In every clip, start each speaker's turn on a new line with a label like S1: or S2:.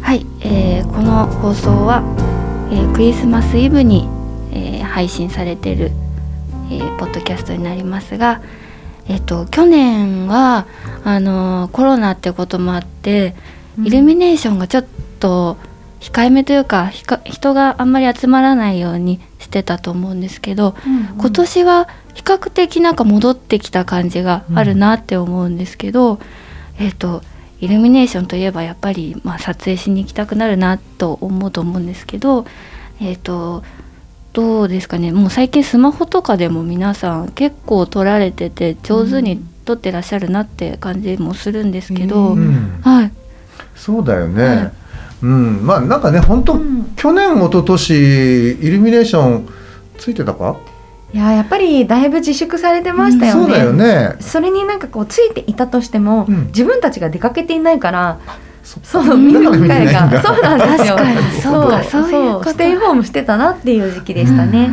S1: はい、えーこの放送は、えークリスマスイブに、えー配信されてる、えーポッドキャストになりますが、えっと去年はあのーコロナってこともあって、イルミネーションがちょっと控えめというかひか人があんまり集まらないようにしてたと思うんですけど、今年は比較的なんか戻ってきた感じがあるなって思うんですけど、えっ、とイルミネーションといえばやっぱり、まあ、撮影しに行きたくなるなと思うと思うんですけどえっ、とどうですかねもう最近スマホとかでも皆さん結構撮られてて上手に撮ってらっしゃるなって感じもするんですけど、
S2: うん
S3: うん、
S1: はい
S3: そうだよね。
S1: はい
S3: うん、まあなんかね本当、
S2: うん
S3: 去年一昨年イルミネーションついてたか？
S2: いややっぱりだいぶ自粛されてましたよね、
S3: そうだよね。
S2: それになんかこうついていたとしても、
S3: うん
S2: 自分たちが出かけていないから
S3: そ
S2: そう見る機会
S3: だから見てな
S2: が
S3: いんだ
S2: そうなんですよ
S1: 確かにそうかそういうこと
S2: ステイホームしてたなっていう時期でしたね、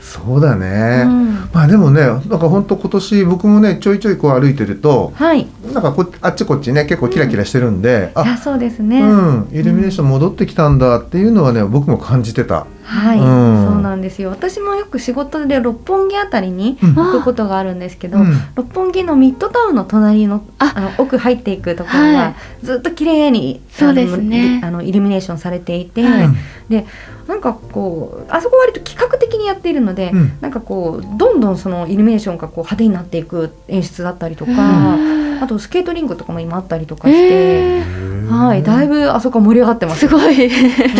S3: そうだね。
S2: うん
S3: まあでもね、なんか本当今年僕もねちょいちょいこう歩いてると、
S2: はいい
S3: なんかこあっちこっちね結構キラキラしてるんで、
S2: や
S3: あ、
S2: そうですね、
S3: うん、イルミネーション戻ってきたんだっていうのはね僕も感じてた。
S2: はい、
S3: うん
S2: そうなんですよ私もよく仕事で六本木あたりに
S3: うん
S2: 行くことがあるんですけど、
S3: うん
S2: 六本木のミッドタウンの隣の
S1: あ
S2: あの奥入っていくところ
S1: は
S2: が
S1: い
S2: ずっと綺麗に、
S1: そうですね
S2: あのイルミネーションされていて、
S1: はい
S2: でなんかこうあそこ割と企画的にやっているので、
S3: うん
S2: なんかこうどんどんそのイルミネーションがこう派手になっていく演出だったりとか、あとスケートリンクとかも今あったりとかして、
S1: え
S2: はいだいぶあそこ盛り上がってま
S1: ー
S2: す
S1: す。ごい、
S3: ち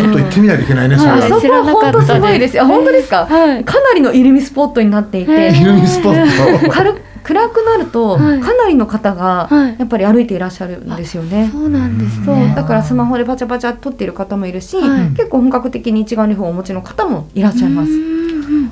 S3: ょっと行ってみないといけないね、それ
S2: あ
S1: はい
S3: は
S2: そこは本当すごいですよ。あ本当ですか。
S1: はい、
S2: かなりのイルミスポットになってい
S1: へ
S2: て
S1: ー
S3: イルミスポット。
S2: 軽く暗くなると
S1: はい
S2: かなりの方が
S1: はい
S2: やっぱり歩いていらっしゃるんですよね
S1: そ。うなんですね
S2: そう
S3: ね
S2: だからスマホでバチャバチャ撮っている方もいるし、
S1: はい
S2: 結構本格的に一眼レフをお持ちの方もいらっしゃいま
S1: う
S2: す。
S1: ん
S3: ね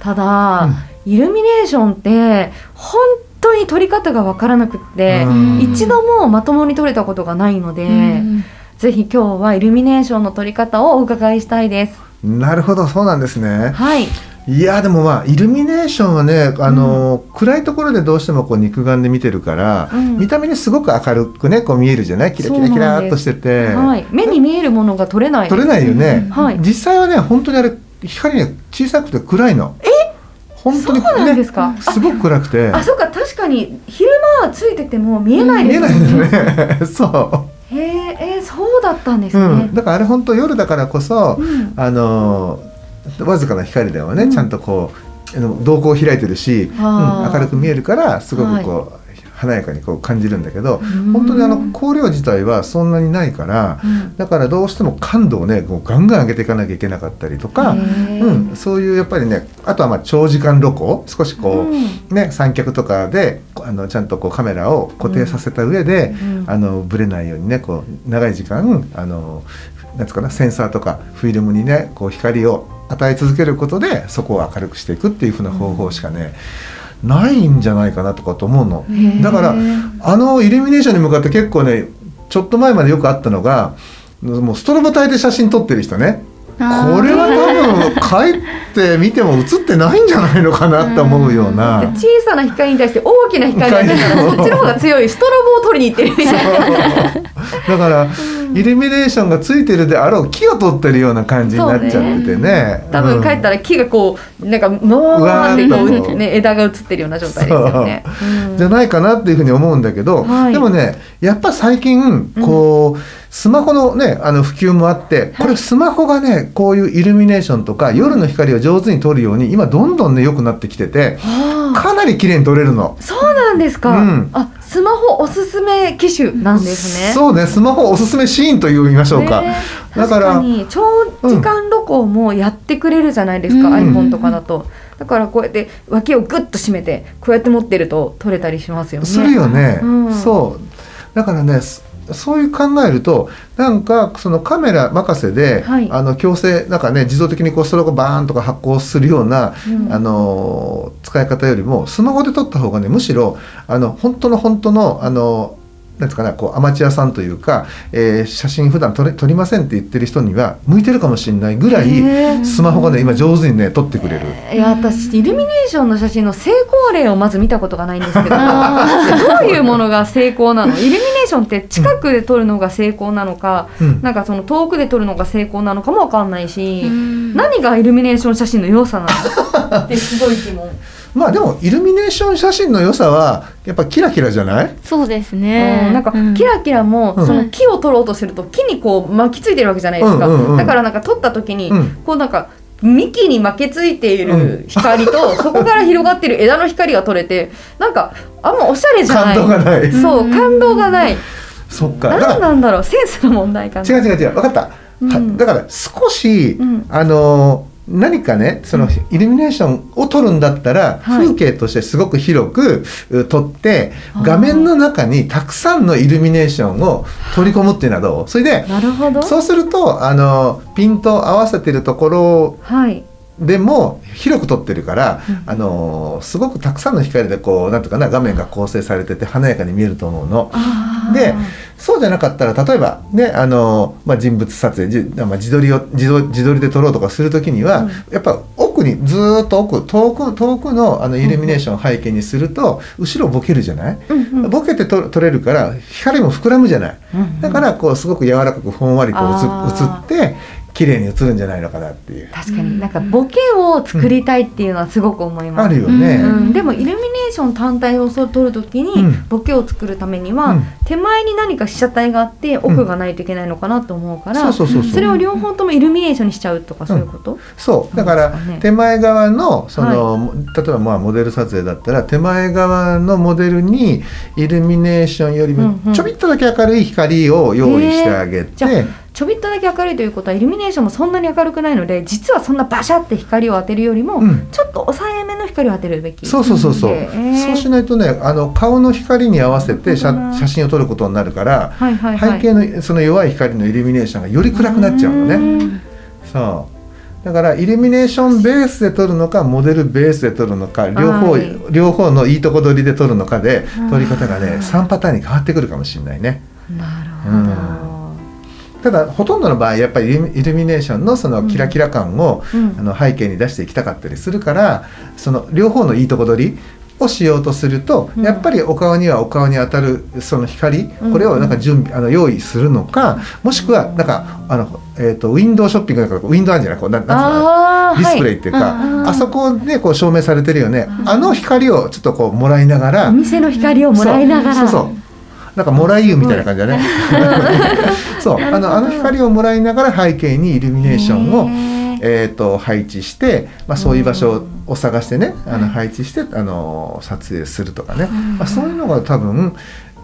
S2: ただ、イルミネーションって本当に撮り方がわからなくって
S3: う、
S1: ん
S2: 一度もまともに撮れたことがないので、
S1: うん
S2: ぜひ今日はイルミネーションの撮り方をお伺いしたいです。
S3: なるほどそうなんですね。
S2: はい、
S3: いやでもまあイルミネーションはねあの、暗いところでどうしてもこう肉眼で見てるから、
S2: うん
S3: 見た目にすごく明るくねこう見えるじゃないキラキラキラーっとしてて、
S2: はい、目に見えるものが撮れない。
S3: 撮れないよね、
S2: はい、
S3: 実際はね本当にあれ光ね小さくて暗いの。え本当に
S2: そうなんで
S3: ね
S2: すか。
S3: すごく暗くて
S2: あ、そうか、確かに昼間はついてても見えない
S3: 見
S2: で
S3: え
S2: す
S3: ない
S2: もん
S3: よね そ
S2: へえ、えーそうだったんです
S3: う、う
S2: ね
S3: ん、。だからあれ本当夜だからこそ、
S2: うん
S3: あのーわずかな光ではね、
S2: うん
S3: ちゃんとこうあの瞳孔を開いてるし、うん
S2: あー
S3: 明るく見えるからすごくこう、華やかにこう感じるんだけど
S2: ん
S3: 本当にあの光量自体はそんなにないから
S2: うん
S3: だからどうしても感度をねこうガンガン上げていかなきゃいけなかったりとか、
S2: へー
S3: うん、そういうやっぱりねあとはまあ長時間露光少しこう、
S2: う
S3: ね三脚とかでこうあのちゃんとこうカメラを固定させた上で、
S2: うんうん
S3: あのブレないようにねこう長い時間あのなんつうかなセンサーとかフィルムにねこう光を与え続けることでそこを明るくしていくっていうふうな方法しかね、ないんじゃないかなとかと思うの。
S2: へー
S3: だからあのイルミネーションに向かって結構ねちょっと前までよくあったのがもうストロボ体で写真撮ってる人ね。
S1: あー
S3: これは多分帰って見ても映ってないんじゃないのかなって思うような。
S2: で小さな光に対して大きな光が出たら
S3: 光を
S2: そっちの方が強いストロボを取りに行ってるみたいな。
S3: だから、イルミネーションがついてるであろう木を取ってるような感じになっちゃっててね
S2: 多分帰ったら木がこうなんかもうーって
S3: うわーっ
S2: ことう、ね、枝が映ってるような状態ですよね。うん
S3: じゃないかなっていうふうに思うんだけど、
S2: はい
S3: でもねやっぱ最近こう、スマホのねあの普及もあってこれスマホがねこういうイルミネーションとか夜の光を上手に撮るように今どんどんね良くなってきてて
S2: あ
S3: かなり綺麗に撮れるの。
S2: ーそうなんですか、
S3: うん
S2: あスマホおすすめ機種なんですね。
S3: そうねスマホおすすめシーンと言いましょうか。
S2: ね
S3: だから
S2: 確かに長時間録音もやってくれるじゃないですか、
S1: うん
S2: iPhone とかだとだからこうやって脇をグッと締めてこうやって持ってると取れたりしますよね
S3: するよね、
S2: うん
S3: そうだからねそそういう考えるとなんかそのカメラ任せで、
S2: はい
S3: あの強制なんかね自動的にこうストロークバーンとか発光するような、
S2: うん
S3: あのー使い方よりもスマホで撮った方がねむしろあの本当の本当のあのなんつうかなこうアマチュアさんというか、えー写真普段撮れ撮りませんって言ってる人には向いてるかもしれないぐらい
S2: へー
S3: スマホがね今上手にね撮ってくれる。
S2: いや私イルミネーションの写真の成功例をまず見たことがないんです けどどういうものが成功なのイルミネーションって近くで撮るのが成功なのか、
S3: うん
S2: なんかその遠くで撮るのが成功なのかもわかんないし、
S1: うん
S2: 何がイルミネーション写真の良さな のってすごい疑問。
S3: まあでもイルミネーション写真の良さはやっぱキラキラじゃない
S1: そうです
S2: う
S1: ね
S2: んなんか
S1: う
S2: キラキラも、
S3: うん
S2: その木を取ろうとすると木にこう巻きついてるわけじゃないですか、
S3: うんうんうん
S2: だからなんか取った時に、
S3: うん
S2: こうなんか幹に巻きついていうる光と、 そこから広がってる枝の光が取れてなんかあんまおしゃれじゃな
S3: 感
S2: い
S3: 動がない。
S2: そう感動がない
S3: そっか。だ
S2: 何
S3: か
S2: なんだろうセンスの問題からな
S3: 違う違う違う。分かった。
S2: うん
S3: はだから少し、
S2: うん
S3: あのー何かねそのイルミネーションを撮るんだったら、
S2: はい
S3: 風景としてすごく広くう撮って
S2: あー
S3: 画面の中にたくさんのイルミネーションを取り込むっていうのはどうそれで
S2: なるほど
S3: そうするとあのーピントを合わせてるところ
S2: はい
S3: でも広く撮ってるから、
S2: うん
S3: あのーすごくたくさんの光でこうなんとかな画面が構成されてて華やかに見えると思うの。
S2: あー
S3: でそうじゃなかったら例えばねあの、まあ、人物撮影じ、まあ、自撮りを自撮自撮りで撮ろうとかする時には、
S2: うん
S3: やっぱ奥にずーっと奥遠く遠くのあのイルミネーションを背景にすると、後ろボケるじゃない、
S2: うんうん
S3: ボケて撮撮れるから光も膨らむじゃない
S2: うん
S3: だからこうすごく柔らかくほんわりこう
S2: あ
S3: 映
S2: ー
S3: 映って綺麗に映るんじゃないのかなっていう
S2: 確かになんかボケを作りたいっていうのはすごく思います、
S3: あるよね。
S1: うん
S2: うん、でもイルミネーション単体を撮るときに
S3: うん
S2: ボケを作るためには、
S3: うん
S2: 手前に何か被写体があって奥がないといけないのかなと思うから、
S3: そうそうそうそう
S2: それを両方ともイルミネーションにしちゃうとかそういうこと、
S3: そうだか
S2: そう
S3: ら
S2: ですかね
S3: 手前側のその、例えばまあモデル撮影だったら手前側のモデルにイルミネーションより
S2: うんうん
S3: もちょびっとだけ明るい光を用意してあげて、
S2: じゃあちょびっとだけ明るいということはイルミネーションもそんなに明るくないので実はそんなバシャって光を当てるよりも、
S3: うん
S2: ちょっと抑えめの光を当てるべき
S3: そうそうそうそう、
S2: へー
S3: そうしないとねあの顔の光に合わせて
S2: な
S3: 写
S2: るほどな
S3: 写真を撮ることになるから、
S2: はいはいはい
S3: 背景のその弱い光のイルミネーションがより暗くなっちゃうのね。
S2: ん
S3: そうだからイルミネーションベースで撮るのかモデルベースで撮るのか両方、
S2: はい
S3: 両方のいいとこ取りで撮るのかで
S2: うん
S3: 撮り方がね3パターンに変わってくるかもしれないね
S2: なるほど、
S3: ただほとんどの場合やっぱりイルミイルミネーションのそのキラキラ感を、
S2: うん
S3: あの背景に出していきたかったりするからその両方のいいとこ取りをしようとすると、
S2: うん
S3: やっぱりお顔にはお顔に当たるその光
S2: うん
S3: これをなんか準備、あの用意するのかもしくはなんかあの、えー、とウィンドウショッピングなんかウィンドウあるんじゃないこうななんつうのかな
S2: あー
S3: ディスプレイっていうか、
S1: は
S2: うん
S3: あそこでこう照明されてるよね、あの光をちょっとこうもらいながら、
S2: お店の光をもらいながら
S3: そうそうそうなんかもらい湯みたいな感じだね そうあのあの光をもらいながら背景にイルミネーションを、
S2: へー
S3: えー、と配置して、まあ、そういう場所を探してね、あの配置してあの撮影するとかね、まあ、そういうのが多分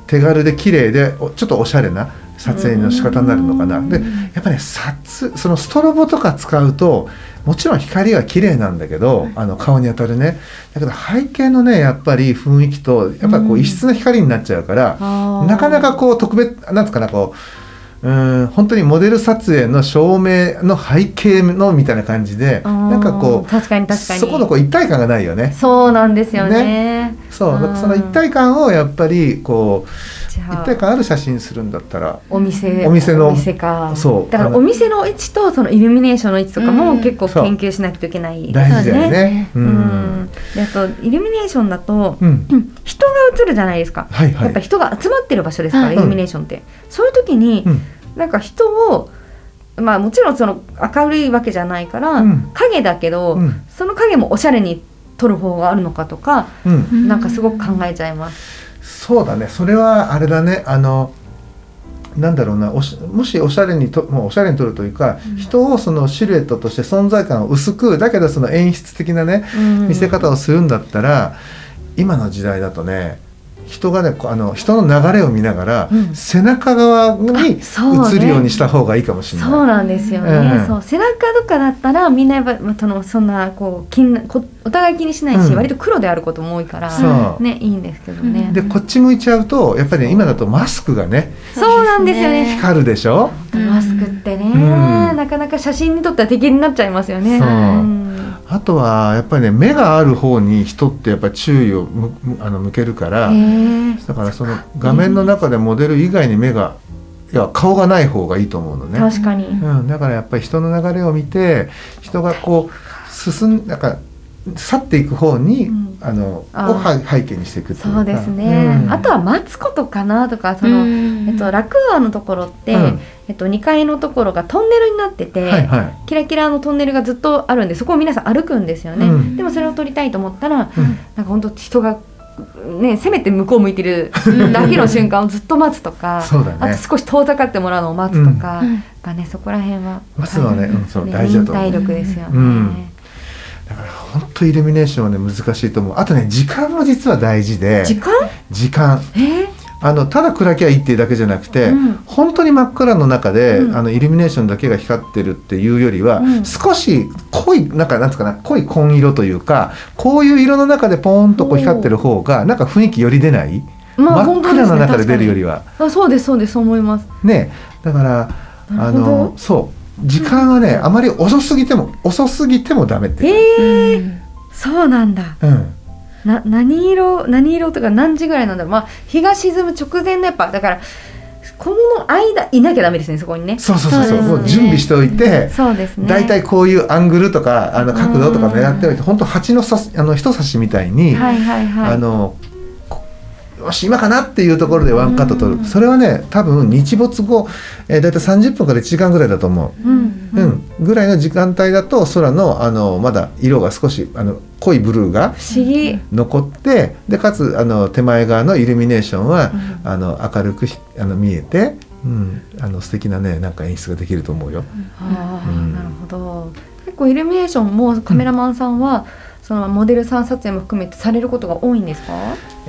S3: 手軽で綺麗でおちょっとおしゃれな撮影の仕方になるのかな。でやっぱね撮そのストロボとか使うともちろん光は綺麗なんだけどあの顔に当たるねだけど背景のねやっぱり雰囲気とやっぱこ
S2: う
S3: うん異質な光になっちゃうから。
S2: あー
S3: なかなかこう特別なんつうかなこううーん本当にモデル撮影の照明の背景のみたいな感じで
S2: あー
S3: なんかこう
S2: 確かに確かに
S3: そこのこう一体感がないよね。
S2: そうなんですよね
S3: そう
S2: うん
S3: その一体感をやっぱりこ
S2: じ
S3: う
S2: ゃ
S3: 一
S2: あ
S3: 体感ある写真するんだったら
S2: お店
S3: お店の
S2: お店か
S3: そう
S2: だか
S3: あ
S2: ら
S3: の
S2: お店の位置とそのイルミネーションの位置とかも
S1: うん
S2: 結構
S3: そう
S2: 研究しなきゃいけない
S3: 大事だよ
S1: そうです
S3: ね
S1: ね。
S3: う
S2: うんんであとイルミネーションだと、
S3: うん
S2: うん人が映るじゃないですか、
S3: はいは
S2: やっぱ
S3: い。
S2: 人が集まってる場所ですから、
S1: はい
S2: イルミネーションって、そういう時に、
S3: うん
S2: なんか人をまあもちろんその明るいわけじゃないから、
S3: うん
S2: 影だけど、
S3: うん
S2: その影もおしゃれに撮る方があるのかとか、
S3: うん
S2: なんかすごく考えちゃいます。
S3: そうだねそれはあれだねあのなんだろうなおしもしおしゃれにともうおしゃれに撮るというか、人をそのシルエットとして存在感を薄くだけどその演出的なね見せ方をするんだったら、今の時代だとね人がねこうあの人の流れを見ながら、
S2: うん
S3: 背中側に
S2: あそうね
S3: 映るようにした方がいいかもしれない。
S2: そうなんですよね、
S3: うん
S2: そう背中とかだったらみんなやっぱ、まあ、そのそんなこう気になこお互い気にしないし、
S3: うん
S2: 割と黒であることも多いから、
S3: そう
S2: ねいいんですけどね、
S1: うん
S3: でこっち向いちゃうとやっぱりね今だとマスクがね
S2: そうなんですよね
S3: 光るでしょ、
S1: うん
S2: マスクってね、
S3: うん
S2: なかなか写真に撮ったら敵になっちゃいますよね。
S3: そうんあとはやっぱりね目がある方に人ってやっぱり注意をむむあの向けるから、
S2: へえ
S3: だからその画面の中でモデル以外に目がいや顔がない方がいいと思うのね。
S2: 確かに、
S3: うん、だからやっぱり人の流れを見て人がこう進んなんか去っていく方に、
S2: うん
S3: あのを
S2: あー
S3: は背景にしていくっていうか
S2: そうですね、
S3: うん
S2: あとは待つことかなとかその、
S1: うん
S2: えっと、ラクーアのところって、
S3: うん
S2: えっと、2階のところがトンネルになってて、
S3: はいはい
S2: キラキラのトンネルがずっとあるんでそこを皆さん歩くんですよね、
S3: うん
S2: でもそれを撮りたいと思ったら、
S3: うん
S2: なんか本当人がねせめて向こう向いてるだけの瞬間をずっと待つとか
S3: そうだね
S2: あと少し遠ざかってもらうのを待つとか、
S1: うん
S2: やっぱねそこら辺は
S3: 待つのはね、うん、そう大事だ
S2: 忍
S3: と思
S2: 耐
S3: う
S2: 力ですよね、
S3: うんだから本当イルミネーションはね難しいと思うあとね時間も実は大事で
S2: 時間
S3: 時間
S2: えー
S3: あのただ暗きゃいいっていうだけじゃなくて、
S2: うん
S3: 本当に真っ暗の中で、
S2: うん
S3: あのイルミネーションだけが光ってるっていうよりは、
S2: うん
S3: 少し濃いなんかなんつうかな濃い紺色というかこういう色の中でポーンとこう光ってる方がなんか雰囲気より出ない、
S2: まあ
S3: 真っ暗の中で出るより
S2: は
S3: は。
S2: あそうですそうですそう思います
S3: ねだから
S2: な
S3: あ
S2: るほど
S3: のそう時間はね、あまり遅すぎても遅すぎてもダメっていう。
S2: ええ
S1: うん
S2: そうなんだ
S3: うん
S2: な何色何色とか何時ぐらいなんだろうまあ日が沈む直前のやっぱだからこの間いなきゃダメですねそこにね
S3: そうそうそう
S1: そう
S3: そう
S1: ですね
S3: もう準備しておいて、
S2: そうですね
S3: 大体こういうアングルとかあの角度とか
S2: うん
S3: 狙っておいて本当蜂のさすあの人差しみたいに、
S2: はいはいはい
S3: あのこよし今かなっていうところでワンカット撮る、
S1: うん
S3: それはね多分日没後、えー、大体30分から1時間ぐらいだと思
S2: う
S3: う、うんぐらいの時間帯だと空のあのまだ色が少しあの濃いブルーが
S2: 不思議
S3: 残ってでかつあの手前側のイルミネーションは、あの明るくひあの見えて、うん、あの素敵なねなんか演出ができると思うよ。
S2: ああ、
S3: うん
S2: なるほど結構イルミネーションもカメラマンさんは、そのモデルさん撮影も含めてされることが多いんですか、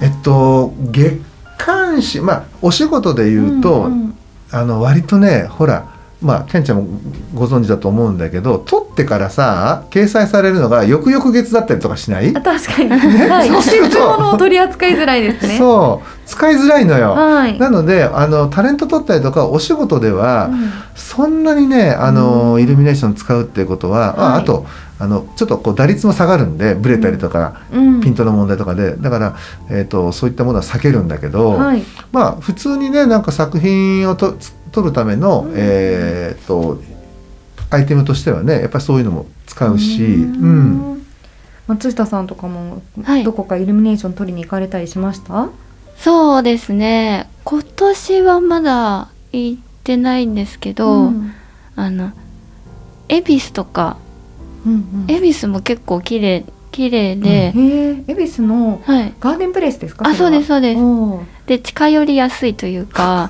S3: えっと月刊誌まあお仕事で言うと、
S2: んん
S3: あの割とねほらまあケンちゃんもご存知だと思うんだけど撮ってからさ掲載されるのが翌々月だったりとかしない
S2: あ確 かに、はい、
S3: そう
S2: 季
S3: すると
S2: 節物を取り扱いづらいですね
S3: そう使いづらいのよ。
S2: はい
S3: なのであのタレント撮ったりとかお仕事では、
S2: うん
S3: そんなにねあの、イルミネーション使うっていうことは、あ
S2: はい
S3: あとあのちょっとこう打率も下がるんでブレたりとか、
S2: うん
S3: ピントの問題とかでだから、えー、とそういったものは避けるんだけど、
S2: はい、
S3: まあ普通にねなんか作品をとつ撮るための、えー、とアイテムとしてはねやっぱりそういうのも使うし、 うん
S2: うん松下さんとかも
S1: はい
S2: どこかイルミネーション取りに行かれたりしました、
S1: そうですね今年はまだ行ってないんですけど、
S2: うん
S1: あの恵比寿とか
S2: うんうん
S1: 恵比寿も結構綺麗綺麗で、
S2: へえ恵比寿の
S1: はい
S2: ガーデンプレイスですか
S1: あそうですそうです
S2: おー
S1: で近寄りやすいというか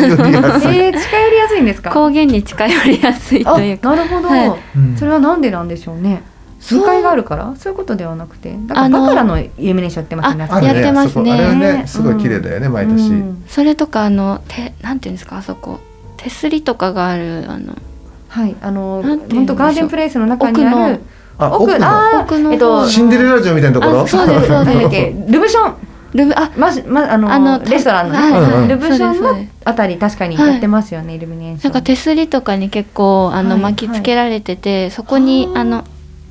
S3: より安い
S2: えー、近寄りやすいんですか
S1: 高原に近寄りやすい
S2: あ
S1: というか
S2: なるほど、
S1: は
S3: うん
S2: それはなんでなんでしょうね
S1: そう
S2: 2階があるからそういうことではなくてだから
S1: あの
S2: バカラのイルミネーションやってますよね
S1: あ
S2: あそこ
S3: る
S1: やってますね
S3: そこあれはねすごい綺麗だよね、毎年、
S2: うん
S1: それとかあのてなんていうんですかあそこ手すりとかがあるあの
S2: はいあの
S1: なんて言うんでしょ
S2: 本当
S1: う
S2: ガーデンプレイスの中にある
S3: あ奥の
S2: あー
S1: 奥の
S2: えっと
S3: シンデレラ城みたいなところ
S1: あそうですそ
S2: な
S1: うで
S2: ん
S1: す
S2: だっけルブション
S1: ルブあ
S2: ましまあの
S1: あの
S2: レストランのね、
S1: はい
S3: はい
S2: ルブション
S1: そうですそうで
S2: の
S1: す
S2: あたり確かにやってますよね、イルミネーショ
S1: な
S2: ン
S1: んか手すりとかに結構あの、
S2: はい
S1: 巻きつけられてて、そこに
S2: あー
S1: あの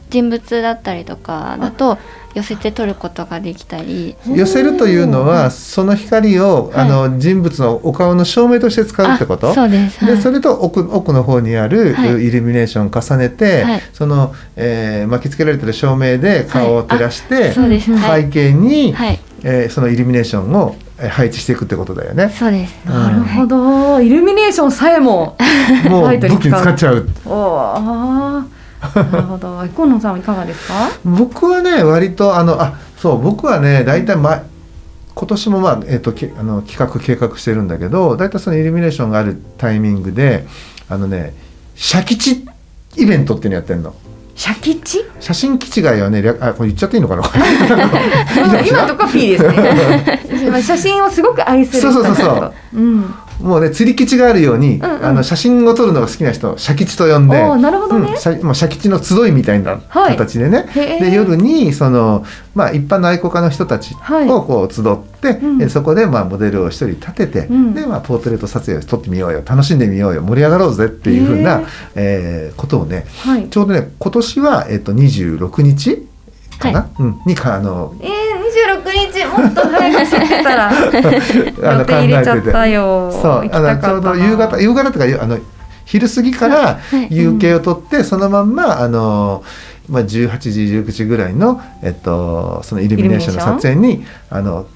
S1: 人物だったりとかだと寄せて撮ることができたり
S3: 寄せるというのはその光を、
S1: はい
S3: あの人物のお顔の照明として使うってこと
S1: あそうです、
S3: で
S1: はい
S3: それと奥奥の方にある
S1: はい
S3: イルミネーションを重ねて、
S1: はい
S3: その、えー巻きつけられてる照明で顔を照らして、
S1: そうです、はい
S3: 背景に、
S1: はい
S3: えーそのイルミネーションをえ配置していくってことだ よね。
S1: そうです。
S2: な
S3: な
S2: るほどイルミネーションさえも
S3: も
S2: ラ
S3: う
S2: イト
S3: 武
S2: に
S3: 器に使っちゃう。
S2: おーなるほど。コ野さんはいかがですか？
S3: 僕はね割とあのあそう僕はね大体ま今年もまあえっ、とけあの企画計画してるんだけど大体そのイルミネーションがあるタイミングであのね写基地イベントっていうのやってんの。
S2: シャキチ？
S3: 写真基地がよね略あこれ言っちゃっていい のかな。これ
S2: 今とか P です ね。写真をすごく愛する人
S3: そうそうそうそう
S2: だとうん。
S3: もうね釣り基地があるように、
S2: んうん
S3: あの写真を撮るのが好きな人写基地と呼んで
S2: おーなるほどね
S3: うん写まあ、写基地の集いみたいな
S2: はい
S3: 形でね、
S2: へー
S3: で夜にその、まあ、一般の愛好家の人たち
S2: はい
S3: をこう集って、
S2: うん
S3: えそこでまあモデルを一人立てて、
S2: ん
S3: でまあ、ポートレート撮影を撮ってみようよ楽しんでみようよ盛り上がろうぜっていうふう
S2: へ
S3: な
S2: ー、
S3: えーことをね
S2: はい。
S3: ちょうどね今年は、えっと26日かな、うん、にかあの
S2: ええー、26日もっと早く知って たら
S3: あの
S2: 予定入れちゃったよ。
S3: そう
S2: 行き
S3: あ
S2: た
S3: のち
S2: か
S3: ょ
S2: っ
S3: う
S2: たな
S3: ど夕方夕方とかよあの昼過ぎから
S1: い
S3: 夕景を撮って、そのまんまあの、まあ、18時19時ぐらいの、えっと、そのイルミネーションの撮影にあの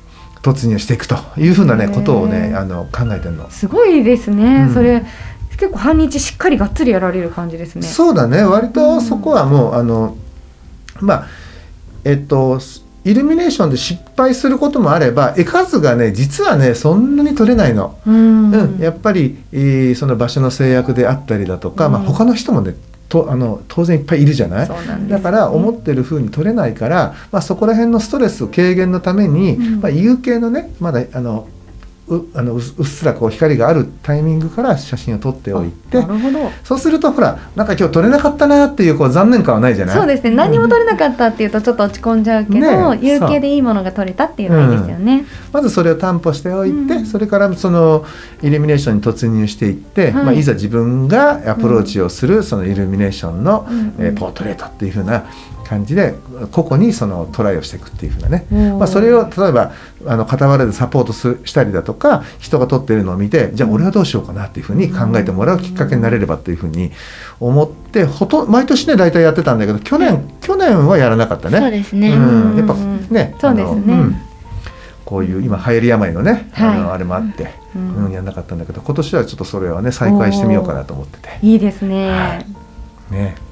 S3: 突入していくというふうな、
S2: へ
S3: ね、
S2: ー
S3: ことをねあの考えてるの。
S2: すごいですね。
S3: うん
S2: それ結構半日しっかりがっつりやられる感じですね。
S3: そうだね割とそこはもう、あのまあえっとイルミネーションで失敗することもあれば絵数がね実はねそんなに撮れないの。
S2: うん。
S3: うん、やっぱり、えーその場所の制約であったりだとか、まあ、
S2: うん
S3: 他の人もねとあの当然いっぱいいるじゃない
S2: そうなんです
S3: だから思ってる風に取れないから、まあ、そこら辺のストレス軽減のために、
S2: うん
S3: まあ、有形のねまだあのうあのううっすらこう光があるタイミングから写真を撮っておいて
S2: なるほど。
S3: そうするとほらなんか今日撮れなかったなっていうこう残念感はないじゃない
S2: そうですね何も取れなかったっていうとちょっと落ち込んじゃうけど、
S3: ね
S2: 有形でいいものが取れたっていうのがいいですよね、
S3: まずそれを担保しておいて、
S2: うん
S3: それからそのイルミネーションに突入していって、
S2: はい
S3: まあ、いざ自分がアプローチをするそのイルミネーションの、
S2: うんうん
S3: えーポートレートっていう風な感じで個々にそのトライをしていくっていう風なね、
S2: うん
S3: まあ、それを例えばあの傍らでサポートすしたりだとか人が撮ってるのを見てじゃあ俺はどうしようかなっていう風に考えてもらうきっかけになれればっていう風に思ってほと毎年ね大体やってたんだけど去年去年はやらなかったね。
S1: そうですね。
S3: うん、
S2: うん
S3: やっぱね、
S2: そうですね
S3: あのこういう今流行り病のね、あ
S2: は
S3: の
S2: い
S3: あれもあって、
S2: う
S3: うんんやんなかったんだけど今年はちょっとそれはね再開してみようかなと思ってて
S2: いいですね、
S3: はいね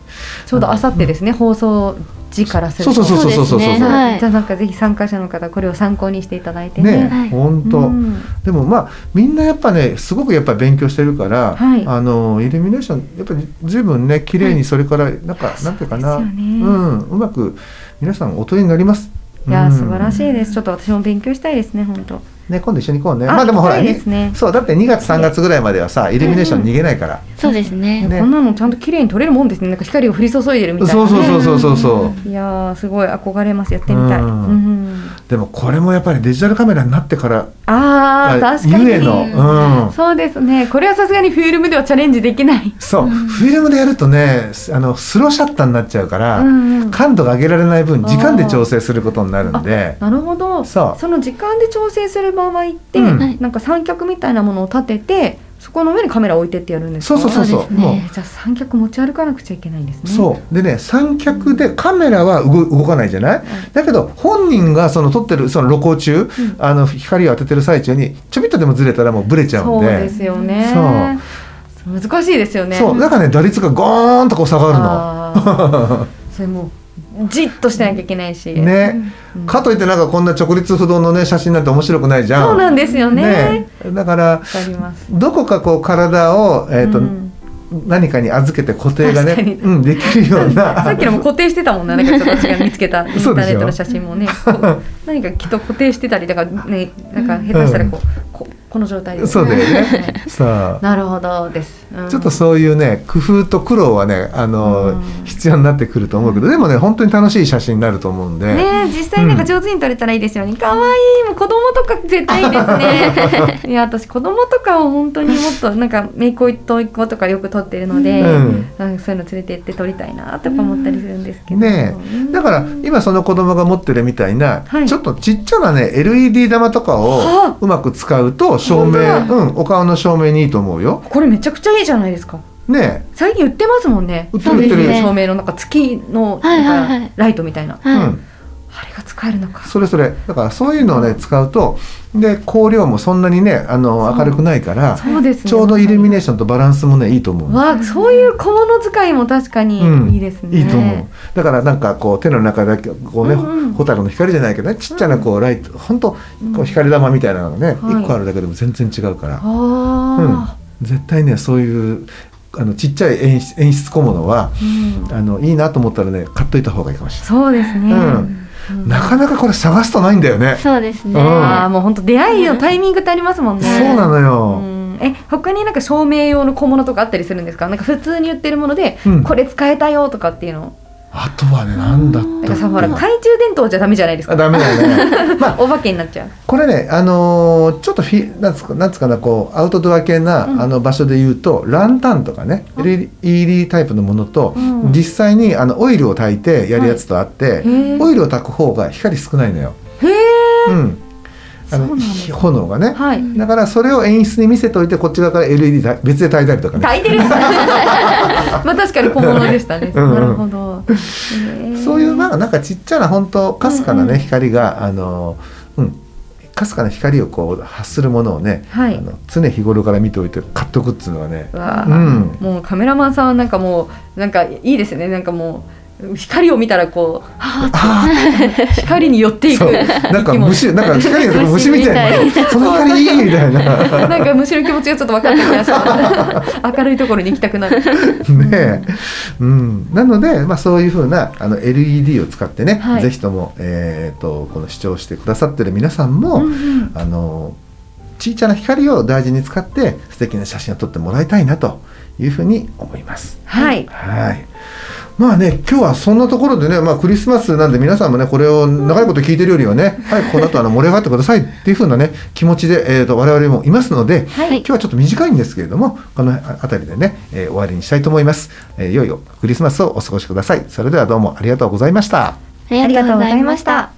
S2: ちょうどあさってですね、放送時からすると
S3: そうそうそうそうそうそう
S1: そうですね
S2: はい
S1: はい
S2: じゃあなんかぜひ参加者の方これを参考にしていただいてね
S3: ね、
S1: はい
S3: 本当、
S2: うん
S3: でもまあみんなやっぱねすごくやっぱ勉強してるから、
S2: はい
S3: あのイルミネーションやっぱりずいぶんね綺麗にそれからなんか、なんていうかな
S2: そううですよね
S3: んうまく皆さんお問いになります。
S2: いやー
S3: うん
S2: 素晴らしいですちょっと私も勉強したいですね本当
S3: ね今度一緒に行こうね。
S2: あ
S3: まあでもほら、
S2: 行きたいですね
S3: そうだって2月3月ぐらいまではさイルミネーション逃げないから。
S1: そうですね。
S3: ね
S2: こんなのちゃんと綺麗に撮れるもんですねなんか光を降り注いでるみたいな、ね、
S3: そうそうそうそうそうそう。
S2: いやーすごい憧れますやってみたい、
S3: うん
S2: うん
S3: でもこれもやっぱりデジタルカメラになってから
S2: あー
S3: あ
S2: 確かに
S3: ゆえの、うん、
S2: そうですね。これはさすがにフィルムではチャレンジできない。
S3: そう、フィルムでやるとねすあのスローシャッターになっちゃうから、
S2: うんうん
S3: 感度が上げられない分
S2: あー
S3: 時間で調整することになるんで
S2: なるほど。
S3: そう
S2: の時間で調整する場合って、
S3: うん
S1: はい
S2: なんか三脚みたいなものを立てて、そこの上にカメラを置いてってやるんです
S3: そ
S2: か。
S3: うそうそうそう
S1: そうですね
S3: もう
S2: えーじゃあ三脚持ち歩かなくちゃいけないんですね。
S3: そうでね三脚でカメラは動動かないじゃない、だけど本人がその撮ってるその露光中、あの光を当ててる最中にちょびっとでもずれたらもうブレちゃ
S2: そ
S3: うん
S2: う
S3: で
S2: ですよね。難しいですよね。
S3: そうだからね打率がゴーンとこう下がるの。
S2: あーそれもうじっとしてなきゃいけないし。
S3: ね、
S2: うん
S3: かといってなんかこんな直立不動のね写真なんて面白くないじゃん。
S2: そうなんですよね。わ、
S3: ねだから
S2: かります。
S3: どこかこう体を、えーと
S2: うん
S3: 何かに預けて固定が
S2: 確
S3: ね、
S2: かに
S3: うん、できる ような
S2: さっきのも固定してたもんな、なんかちょっと私が見つけたインタ
S3: そ
S2: ー
S3: うで
S2: ネ
S3: すよ
S2: ットの写真も ね、こう何かきっと固定してたりだからね、なんか下手したらこう、ここの状態で。
S3: そうだよ
S2: は
S3: ね
S2: い。
S3: さあ
S2: なるほどです。うん
S3: ちょっとそういうね工夫と苦労はねあの、
S2: うん
S3: 必要になってくると思うけどでもね本当に楽しい写真になると思うんで、
S2: ねえ実際なんか上手に撮れたらいいですよね。可愛、いいもう子供とか絶対いいです ね。いや私子供とかを本当にもっとなんか姪っ子一個一個とかよく撮ってるので、
S3: うん
S2: うんそういうの連れてって撮りたいなとか思ったりするんですけど。
S3: ねえだから今その子供が持ってるみたいな、
S2: はい
S3: ちょっとちっちゃなね LED 玉とか
S2: はあ
S3: をうまく使うと照明、
S2: 本当
S3: うん、お顔の照明にいいと思うよ。
S2: これめちゃくちゃいいじゃないですか。
S3: ね
S2: 最近売ってますもんね
S3: 売ってる売ってる
S2: 照明のなんか月の
S1: はいはい
S2: な
S1: はい
S2: んかライトみたいな、
S3: え、
S1: は
S3: う
S1: い。
S3: ん、
S2: あれが使えるのか
S3: それそれだからそういうのをね使うとで光量もそんなにねあの明るくないから
S2: そうですね
S3: ちょうどイルミネー
S2: シ
S3: ションとバランスもねいいと思うの
S2: わあそういう小物使いも確かに
S3: うん
S2: いいですね、
S3: いいと思うだからなんかこう手の中だけこうね、
S2: うんうん
S3: 蛍の光じゃないけどねちっちゃなこうライト、ほんとこう光玉みたいなのがね、
S2: はい
S3: 1個あるだけでも全然違うから、
S2: あ
S3: うん、絶対ねそういうあのちっちゃい演出演出小物は
S2: あ、うん
S3: あのいいなと思ったらね買っといた方がいいかもしれ
S2: そうですね、
S3: うん
S2: うん
S3: ない、なかなかこれ探すとないんだよね
S1: そうですね、
S3: うん
S2: ああもう本当出会いのタイミングってありますもんね。
S3: そうなのよ、
S2: うんえ他になんか照明用の小物とかあったりするんですか。なんか普通に売ってるもので、
S3: うん
S2: これ使えたよとかっていうの。
S3: あとはねなんだった
S2: なんかさほ
S3: っ
S2: ら
S3: け
S2: 懐中電灯じゃダメじゃないですか。
S3: あダ メだねまあ
S2: お化けになっちゃう。
S3: これねあのーちょっとフィなんつうかなんつうかなこうアウトドア系な、
S2: うん
S3: あの場所で言うとランタンとかね LED タイプのものと、
S2: うん
S3: 実際にあのオイルを焚いてやるやつとあって、
S2: へえ。
S3: オイルを焚く方が光少ないのよ。
S2: へえ。
S3: うん、あ
S2: そうな
S3: の
S2: んです
S3: 炎がね、
S2: はい。
S3: だからそれを演出に見せておいてこっち側から LED だ別で焚いたりとかね
S2: 炊いてる。 まあ確かに小物でしたね。
S3: うん
S2: なるほど。
S3: そういうなんかなんかちっちゃな本当かすかなね、
S2: うんうん
S3: 光があのうんかすかな光をこう発するものをね、
S2: はい
S3: あの常日頃から見ておいて買っとくっていうのはね
S2: うわあ
S3: うん
S2: もうカメラマンさんはなんかもうなんかいいですねなんかもう光を見たらこうはあって光に寄っていく
S3: そうなんか虫なんか光がなんか虫みたいなその 光いいみたいな
S2: なんか虫の気持ちがちょっと分かってきま した。明るいところに行きたくなる。
S3: ねえ、うん、なので、まあ、そういうふうなあの LED を使ってね、
S2: はい
S3: ぜひとも、えー、とこの視聴してくださってる皆さんも、あの小さな光を大事に使って素敵な写真を撮ってもらいたいなというふうに思います。
S2: はい。
S3: はい。まあね、今日はそんなところでね、まあクリスマスなんで皆さんもね、これを長いこと聞いてるよりはね、早くこの後あの盛り上がってくださいっていうふうなね、気持ちで、えー、と我々もいますので、
S1: はい
S3: 今日はちょっと短いんですけれども、この辺りでね、えー終わりにしたいと思います。えー、いよいよクリスマスをお過ごしください。それではどうもありがとうございました。
S1: ありがとうございました